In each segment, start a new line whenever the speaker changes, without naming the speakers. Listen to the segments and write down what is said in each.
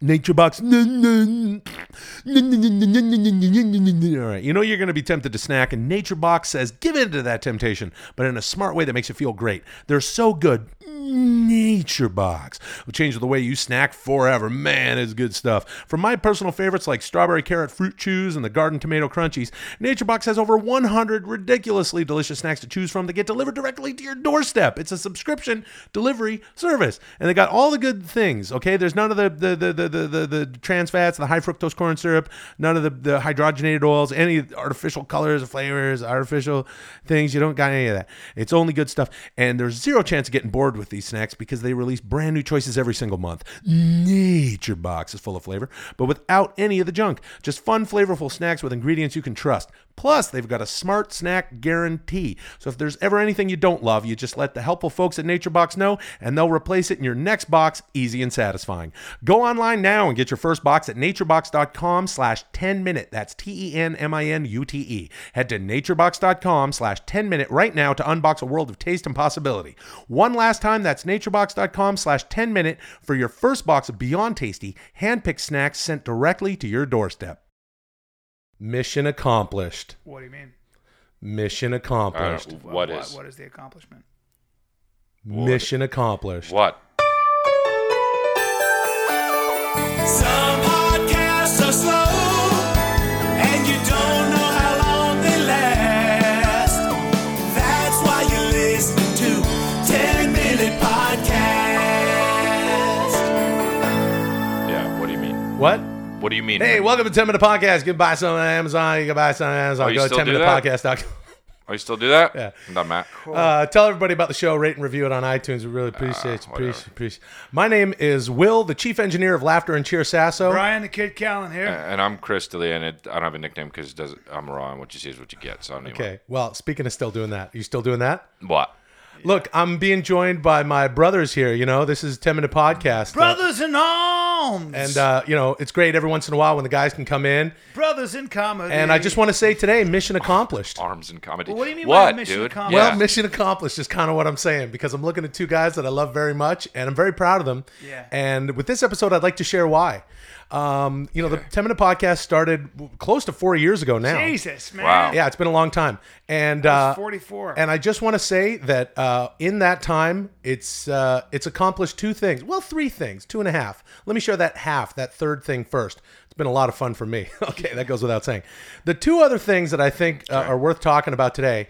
Nature Box. All right, you know you're going to be tempted to snack, and Nature Box says give in to that temptation, but in a smart way that makes you feel great. They're so good. Nature Box will change the way you snack forever. Man, it's good stuff. From my personal favorites like strawberry carrot fruit chews and the garden tomato crunchies, Nature Box has over 100 ridiculously delicious snacks to choose from that get delivered directly to your doorstep. It's a subscription delivery service, and they got all the good things. Okay, there's none of the the the the the, the, the trans fats, the high fructose corn syrup, none of the the hydrogenated oils, any artificial colors, flavors, artificial things. You don't got any of that. It's only good stuff, and there's zero chance of getting bored with these snacks because they release brand new choices every single month. Nature Box is full of flavor, but without any of the junk. Just fun, flavorful snacks with ingredients you can trust. Plus, they've got a smart snack guarantee. So if there's ever anything you don't love, you just let the helpful folks at Nature Box know and they'll replace it in your next box easy and satisfying. Go online now and get your first box at naturebox.com slash 10 minute. That's E T-E-N-M-I-N-U-T-E. E. Head to naturebox.com slash 10 minute right now to unbox a world of taste and possibility. One last time, that's naturebox.com slash 10 minute for your first box of Beyond Tasty hand-picked snacks sent directly to your doorstep. Mission accomplished.
What do you mean?
Mission accomplished.
Wha-
What
wha-
is-
What is the accomplishment?
Mission accomplished.
What?
Some podcasts are slow, and you don't know how long they last. That's why you listen to 10 Minute Podcast.
Yeah. What do you mean?
What?
What do you mean?
Hey, welcome to 10 Minute Podcast. You can buy some on Amazon. You can buy some on Amazon.
Oh, you
Go
still
to
do
10minutepodcast.com.
Oh, you still do that?
Yeah.
I'm not mad.
Uh, tell everybody about the show. Rate and review it on iTunes. We really appreciate you.
Ah, whatever.
Appreciate, appreciate. My name is Will, the chief engineer of Laughter and Cheer Sasso.
Brian the Kid Callen here.
And I'm Chris Dilly, and it, I don't have a nickname because I'm raw, and what you see is what you get. So I don't even-
Okay. Well, speaking of still doing that, you still doing that?
What?
Look, I'm being joined by my brothers here. You know, this is 10 Minute Podcast. Uh,
Brothers in arms
and, uh, you know, it's great every once in a while when the guys can come in.
brothers in comedy.
And I just want to say today, mission accomplished.
Arms and comedy.
Well, what do you mean by
What,
mission
dude?
accomplished?
Well,
Yeah.
mission accomplished is kind of what I'm saying because I'm looking at two guys that I love very much and I'm very proud of them.
Yeah.
And with this episode, I'd like to share why. Um, you know, the 10 minute podcast started w- close to four years ago now.
Jesus, man.
Wow.
Yeah, it's been a long time. And uh,
44.
And I just want to say that uh, in that time, it's uh, it's accomplished two things. Well, three things, two and a half. Let me share that half, that third thing first. It's been a lot of fun for me. okay, that goes without saying. The two other things that I think uh, are worth talking about today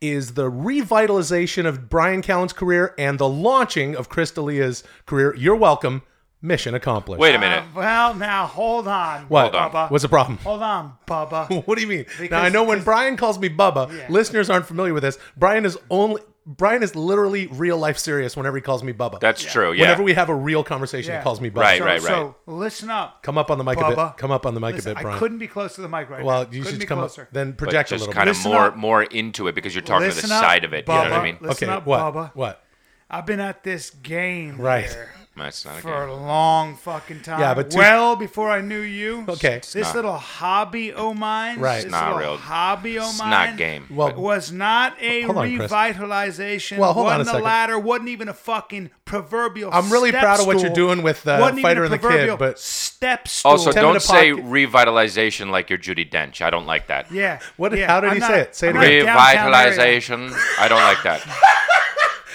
is the revitalization of Brian Callen's career and the launching of Chris D'Elia's career. You're welcome. Mission accomplished.
Wait a minute.
well, now hold on.
uh, what?
on.
Bubba.
What's the problem?
Hold on, Bubba.
What do you mean? now
Because-
I know when Brian calls me Bubba, listeners aren't familiar with this. Brian is only Brian is literally real life serious whenever he calls me Bubba.
That's true. Yeah.
Whenever we have a real conversation,
Yeah.
he calls me Bubba.
Right,
so,
right, right.
So listen up.
Come up on the mic a
Bubba.
bit. Come up on the mic
Listen,
a bit,
I
Brian.
couldn't be close to the mic right now.
well, you
Couldn't
should
be
come
closer.
up then
But
project a
just
little
kind
bit.
of
Listen
more,
up.
more into it because you're talking to
Listen
the
up,
side of it. You know what I
Bubba.
mean?
Listen
okay,
up,
what?
Bubba.
What?
I've been at this game
Right.
here
That's not a
for
game.
a long fucking time.
Yeah, but two-
well before I knew you.
Okay.
This little hobby o' mine.
Right.
This
Not
little
real.
hobby o'
It's
mine.
not game.
Well,
was not a
Hold on, Chris.
revitalization.
Well, hold on
wasn't
a second.
ladder. Wasn't even a fucking proverbial.
I'm really
step
proud of what you're
stool,
doing with, uh,
wasn't even
Fighter
a
and the Kid,
proverbial
but-
step stool.
also,
Ten
don't
minute
say
podcast-
revitalization like you're Judy Dench. I don't like that.
yeah.
What-
Yeah,
how did
I'm
he
not-
say it? Say it
I'm not
again.
downtown area.
Revitalization. I don't like that.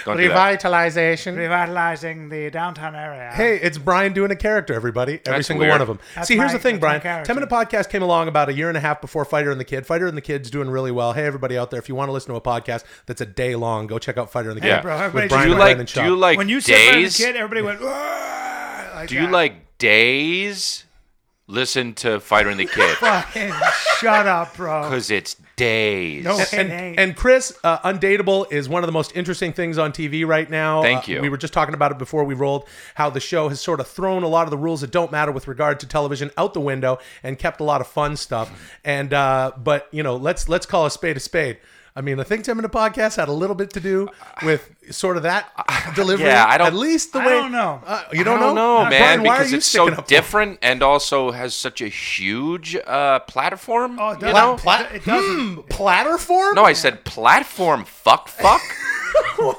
Don't do that.
Revitalization.
Revitalizing the downtown area.
Hey, it's Brian doing a character, everybody. Every
That's
single
weird.
one of them.
That's
See, here's
my-
the thing,
that's my
Brian.
character.
10 Minute Podcast came along about a year and a half before Fighter and the Kid. Fighter and the Kid's doing really well. Hey, everybody out there, if you want to listen to a podcast that's a day long, go check out Fighter and the Kid.
Yeah.
bro,
with
everybody
Brian
do you
Brian
like?
Brennan
Do
Shaw.
you like
when you said Fighter and the
days?
Kid, everybody went. "Whoa," Like
Do you
that.
like days? Listen to Fighter and the Kid
Fucking shut up, bro.
because it's days.
No.
and,
Hey, hey.
and Chris, uh, Undateable is one of the most interesting things on TV right now.
Thank
Uh,
you.
we were just talking about it before we rolled, how the show has sort of thrown a lot of the rules that don't matter with regard to television out the window and kept a lot of fun stuff. And uh, but you know, let's let's call a spade a spade. I mean, I think Tim and the podcast had a little bit to do with sort of that delivery.
Yeah, I don't-
At least the
I
way
don't know.
Uh, you
I
don't,
don't
know,
know, man,
Brian, why
because
are you
it's so
sticking up for-
different and also has such a huge uh, platform.
Oh, it
you
doesn't-
know?
Pla- It doesn't.
Platter hmm, form?
no, I said platform. Fuck, fuck.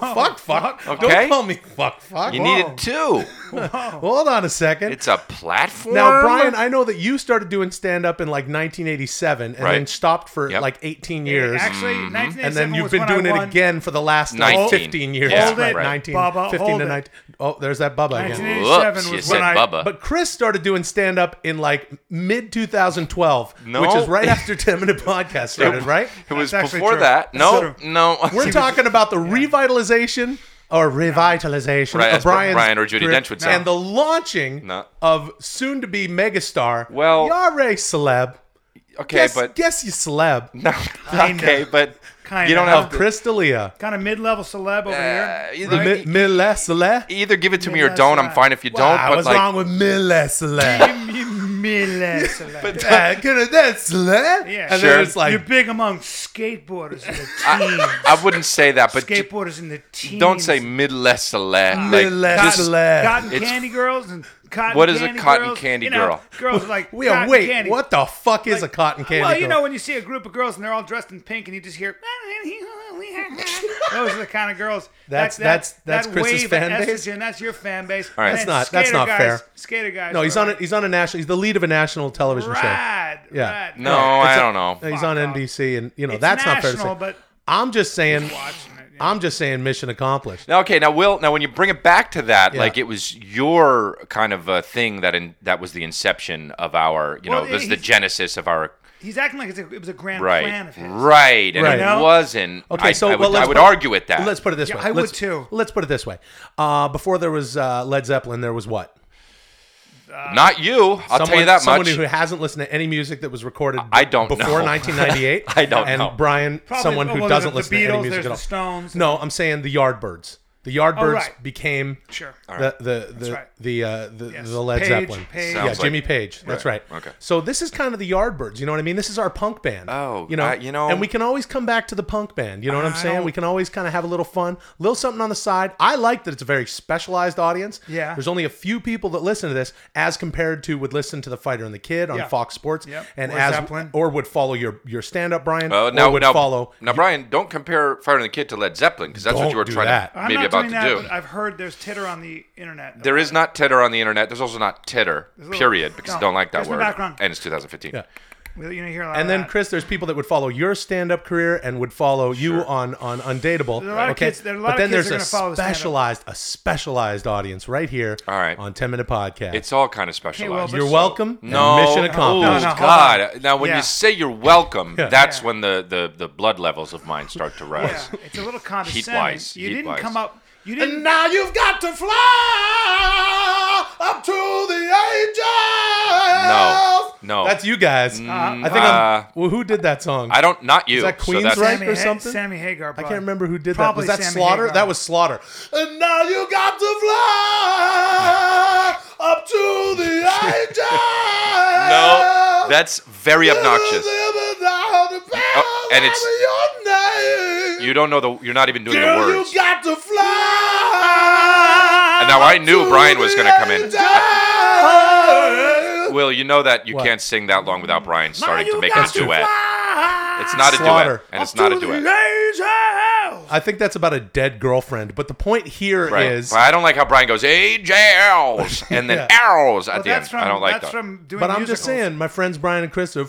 fuck, fuck.
Okay.
Don't call me fuck, fuck.
You needed two.
Hold on a second.
It's a platform.
now, Brian, I know that you started doing stand up in like 1987 and
Right.
then stopped for
Yep.
like 18 years.
Actually,
Mm-hmm.
and
1987
then you've
was
been
when I
doing it
won.
again for the last like,
19.
15 years.
Yeah,
Hold it,
right.
right.
19,
Bubba,
15
hold
to
it.
19. Oh, there's that Bubba again.
1987
Whoops, you
was
said
when I-
Bubba.
But Chris started doing stand up in like mid 2012,
No.
which is right after 10 Minute Podcast started, right?
it was
That's actually
before
true.
that.
That's
No,
true.
no.
We're talking about the revitalization or revitalization
Right,
of
as Bri-
Brian's
Brian or Judi
career
Dench would say.
and the launching
No.
of soon to be megastar.
Well-
Yare celeb.
okay,
Yes,
but
guess you celeb.
no,
Kinda.
okay, but you
Kinda.
don't
Of
have to.
Chris D'Elia.
kind of mid-level celeb over here.
Uh, either,
Mi- Mille Celeb.
either give it to me or
that's
don't. I'm
right.
fine if you don't.
Wow,
but
what's
like,
wrong with Mille Celeb?
Mid-level celeb.
But-
Uh, Could have that celeb?
Yeah.
And
Sure.
then it's like,
You're big among skateboarders in the teens.
I, I wouldn't say that, but j-
skateboarders in the teens.
don't say mid-less
Ah.
celeb.
Mid-less
Like,
cotton,
just-
celeb.
cotton
It's-
candy girls and cotton.
What is a
candy
cotton
girls,
candy
you know,
girl?
Girls like
wait,
cotton
wait,
candy.
what the fuck is a cotton candy?
Well, you
girl?
know when you see a group of girls and they're all dressed in pink, and you just hear those are the kind of girls.
That's-
that,
that's-
that,
that's
that
Chris's
wave
fan
of
base?
estrogen, That's your fan base.
right.
And
That's
then
not- that's
skater
not
guys,
fair.
Skater guys.
no, he's on
are
a, he's on a national. He's the lead of a national television show.
Rad,
Yeah.
rad.
No, Oh, I don't know.
He's
Fuck
on
off.
NBC, and you know
It's
that's not fair.
national,
To say.
but
I'm just saying.
watching it. yeah.
I'm just saying. Mission accomplished.
Now, okay, now Will, now when you bring it back to that,
Yeah.
like it was your kind of uh, thing that in, that was the inception of our, you
Well,
know, this is the
he's-
genesis of our
He's acting like it's a, it was a grand plan
right,
of his.
right, and
Right.
it
You
know?
wasn't.
Okay,
I,
so
I would,
well, let's
I would
put-
argue with that.
Let's put it this
Yeah,
way.
I would
Let's-
too.
Let's put it this way. Uh, before there was uh, Led Zeppelin, there was what?
Not you. I'll tell you that
someone
much.
who hasn't listened to any music that was recorded
I don't
before
know.
1998.
I don't
and
know.
Brian,
Probably-
someone who
well,
doesn't
the- the
listen to
Beatles,
any music
there's
at all.
the Stones. Oh,
No, I'm saying the Yardbirds. The Yardbirds
right.
became
Sure.
the the the
right.
the, uh, the,
Yes.
the Led
Page,
Zeppelin.
Page.
Yeah,
Sounds like-
Jimmy Page. That's right.
Okay.
So this is kind of the Yardbirds. You know what I mean? This is our punk band.
Oh,
you know,
I- you know-
and we can always come back to the punk band. You know what I'm
I
saying?
don't-
We can always kind of have a little fun, little something on the side. I like that it's a very specialized audience.
Yeah.
There's only a few people that listen to this, as compared to would listen to the Fighter and the Kid on
Yeah.
Fox Sports,
Yep.
and
Or
as
Zeppelin.
or would follow your your stand up, Brian.
Oh,
or
now,
would
now,
follow.
now, Brian, don't compare Fire and the Kid to Led Zeppelin because that's what
Don't
you were
do
trying
that.
to
I'm
maybe
not
about
doing
to
that,
do.
but I've heard there's titter on the internet.
There is not titter on the internet. There's also not titter,
little-
period, because I
no,
don't like that
there's no
word.
background.
And it's 2015.
Yeah.
You know, hear a lot
And
of
then
that.
Chris, there's people that would follow your stand-up career and would follow you on on Undateable.
There are a lot of
okay,
kids- there are a lot
but
of
then
kids
there's
that are
a
gonna follow stand-up.
specialized a specialized audience right here.
All right.
on Ten Minute Podcast.
It's all kind of specialized.
well,
You're
so-
welcome. and
no,
mission
Oh,
accomplished.
No, no, hold
God. Now, when
Yeah.
you say you're welcome, that's
Yeah.
when the, the, the blood levels of mine start to rise.
Yeah, it's a little condescending.
wise,
you
heat
didn't
wise.
come up. You didn't.
And now you've got to fly up to the angels.
No, Uh, no.
that's you guys.
Uh,
I think I'm. Well, who did that song?
I don't, not you.
that
so
Queen's
that's-
right?
Sammy,
or
Ha-
something?
Sammy Hagar.
I can't remember who did
Probably
that. Was that
Sammy
Slaughter?
Hagar.
That was Slaughter. And now you got to fly up to the angels.
No, that's very obnoxious.
Oh,
and it's- You don't know the, you're not even doing the words.
you got to fly.
And now I knew Brian was going to come in.
in.
Will, you know that you
What?
can't sing that long without Brian starting to make a
got to
duet. It's not a duet,
Slaughter.
and it's not a duet.
I think that's about a dead girlfriend. But the point here is,
Right. But I don't like how Brian goes angels and then
Yeah.
arrows at
But
the end.
that's from.
I don't like
that's
that.
from doing
but I'm just
musicals.
saying, my friends Brian and Chris are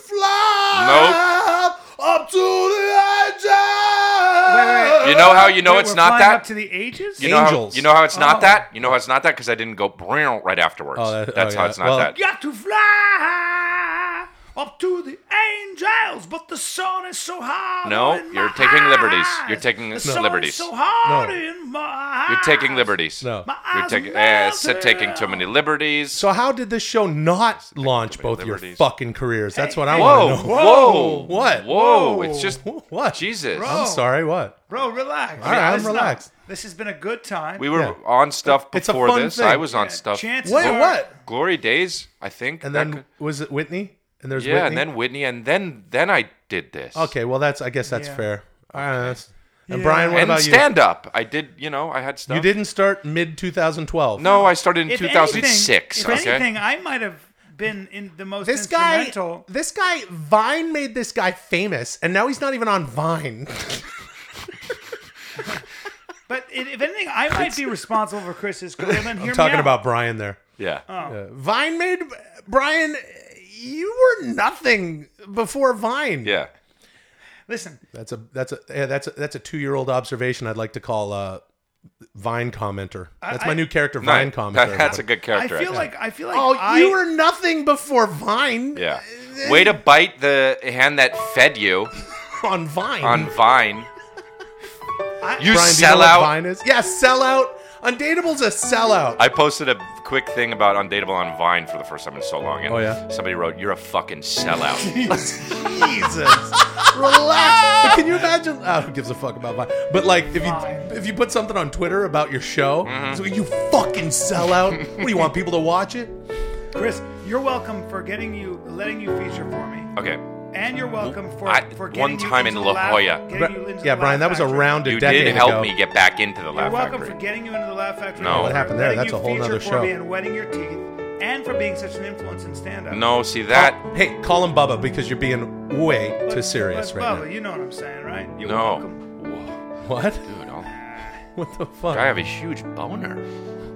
fly up to the angels.
wait, wait.
You know how you know
Wait,
it's
we're
not
flying
that?
up to the ages.
you know how,
Angels.
you know how it's not
Oh.
that? You know how it's not that because I didn't go brown right afterwards.
Oh, that-
that's
oh,
how
yeah.
it's not
Well-
that.
got to fly up to the angels, but the sun is so hard.
No,
in my
you're taking liberties. You're
eyes.
taking
the sun
liberties.
Is so hard
No.
in my
You're taking
eyes.
liberties.
No.
My
You're
eyes
taking eh,
melted.
said taking too many liberties.
So how did this show not launch
little
both your
liberties.
fucking careers? That's what I
Hey,
want
whoa,
to know.
whoa,
What?
Whoa! It's just
What?
Jesus.
I'm sorry. What?
Bro, relax.
All right, I'm
Listen up.
relaxed.
This has been a good time.
We were
Yeah.
on stuff
It's a
before
fun
this.
thing.
I was on
Yeah,
stuff.
chances
Wait,
are-
what?
Glory days, I think.
And
That
then
could-
was it Whitney? And there's
yeah,
Whitney?
and then Whitney, and then then I did this.
okay. Well, that's I guess that's
Yeah.
fair. All right, that's- And
Yeah.
Brian, what
and
about
stand up. I did. You know, I had
you?
stuff.
You didn't start mid 2012.
No, I started in
If
2006.
Anything, if
okay.
anything, I might have been in the most
This guy,
instrumental.
this guy, Vine made this guy famous, and now he's not even on Vine.
But i if anything, I might be responsible for Chris's career. Then hear
I'm talking
me out.
about Brian there.
Yeah.
oh.
Uh, Vine made Brian. You were nothing before Vine.
Yeah.
Listen,
That's a that's a yeah, that's a, that's a two year old observation. I'd like to call uh, Vine commenter. That's my
I-
new character,
No,
Vine
that-
commenter.
that's a
everybody.
good character.
I feel
think.
like I feel like
Oh,
I,
you were nothing before Vine.
Yeah. Way to bite the hand that fed you
on Vine.
on Vine.
I-
Brian,
You
do you know
sell
what
out.
Vine is? Yeah, sellout. Undateable's a sellout.
I posted a quick thing about Undateable on Vine for the first time in so long. And
Oh, yeah?
Somebody wrote, You're a fucking sellout.
Jesus. Relax. But can you imagine? Oh, who gives a fuck about Vine? But like, if
Vine.
you if you put something on Twitter about your show,
Mm-hmm.
it's like, you fucking sellout. what do you want people to watch it?
Chris, you're welcome for getting you letting you feature for me,
okay.
and you're welcome for,
I-
for getting
one
you
time
into
in
the
La
laugh-
Hoya.
getting you into
yeah,
the
Brian,
laugh
that was
factory.
around a
You
decade
did help
ago.
me get back into the
You're
Laugh
welcome
Factory.
for getting you into the Laugh Factory.
No. What
for
happened there?
letting
That's
you
a whole
feature
nother
for
show.
me and wetting your teeth, and for being such an influence in stand-up.
no, see that?
Hey, call him Bubba because you're being way
But-
too serious
but
right
Bubba, You know what I'm saying, right? You're
no.
welcome.
Whoa,
now. What?
dude, I'll-
What the fuck?
I have a huge boner.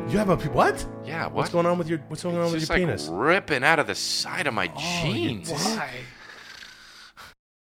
you have a pe- what?
Yeah, what?
What's going on with your Oh, What's going on
It's
with
just
your
like
penis?
ripping out of the side of my jeans.
Why?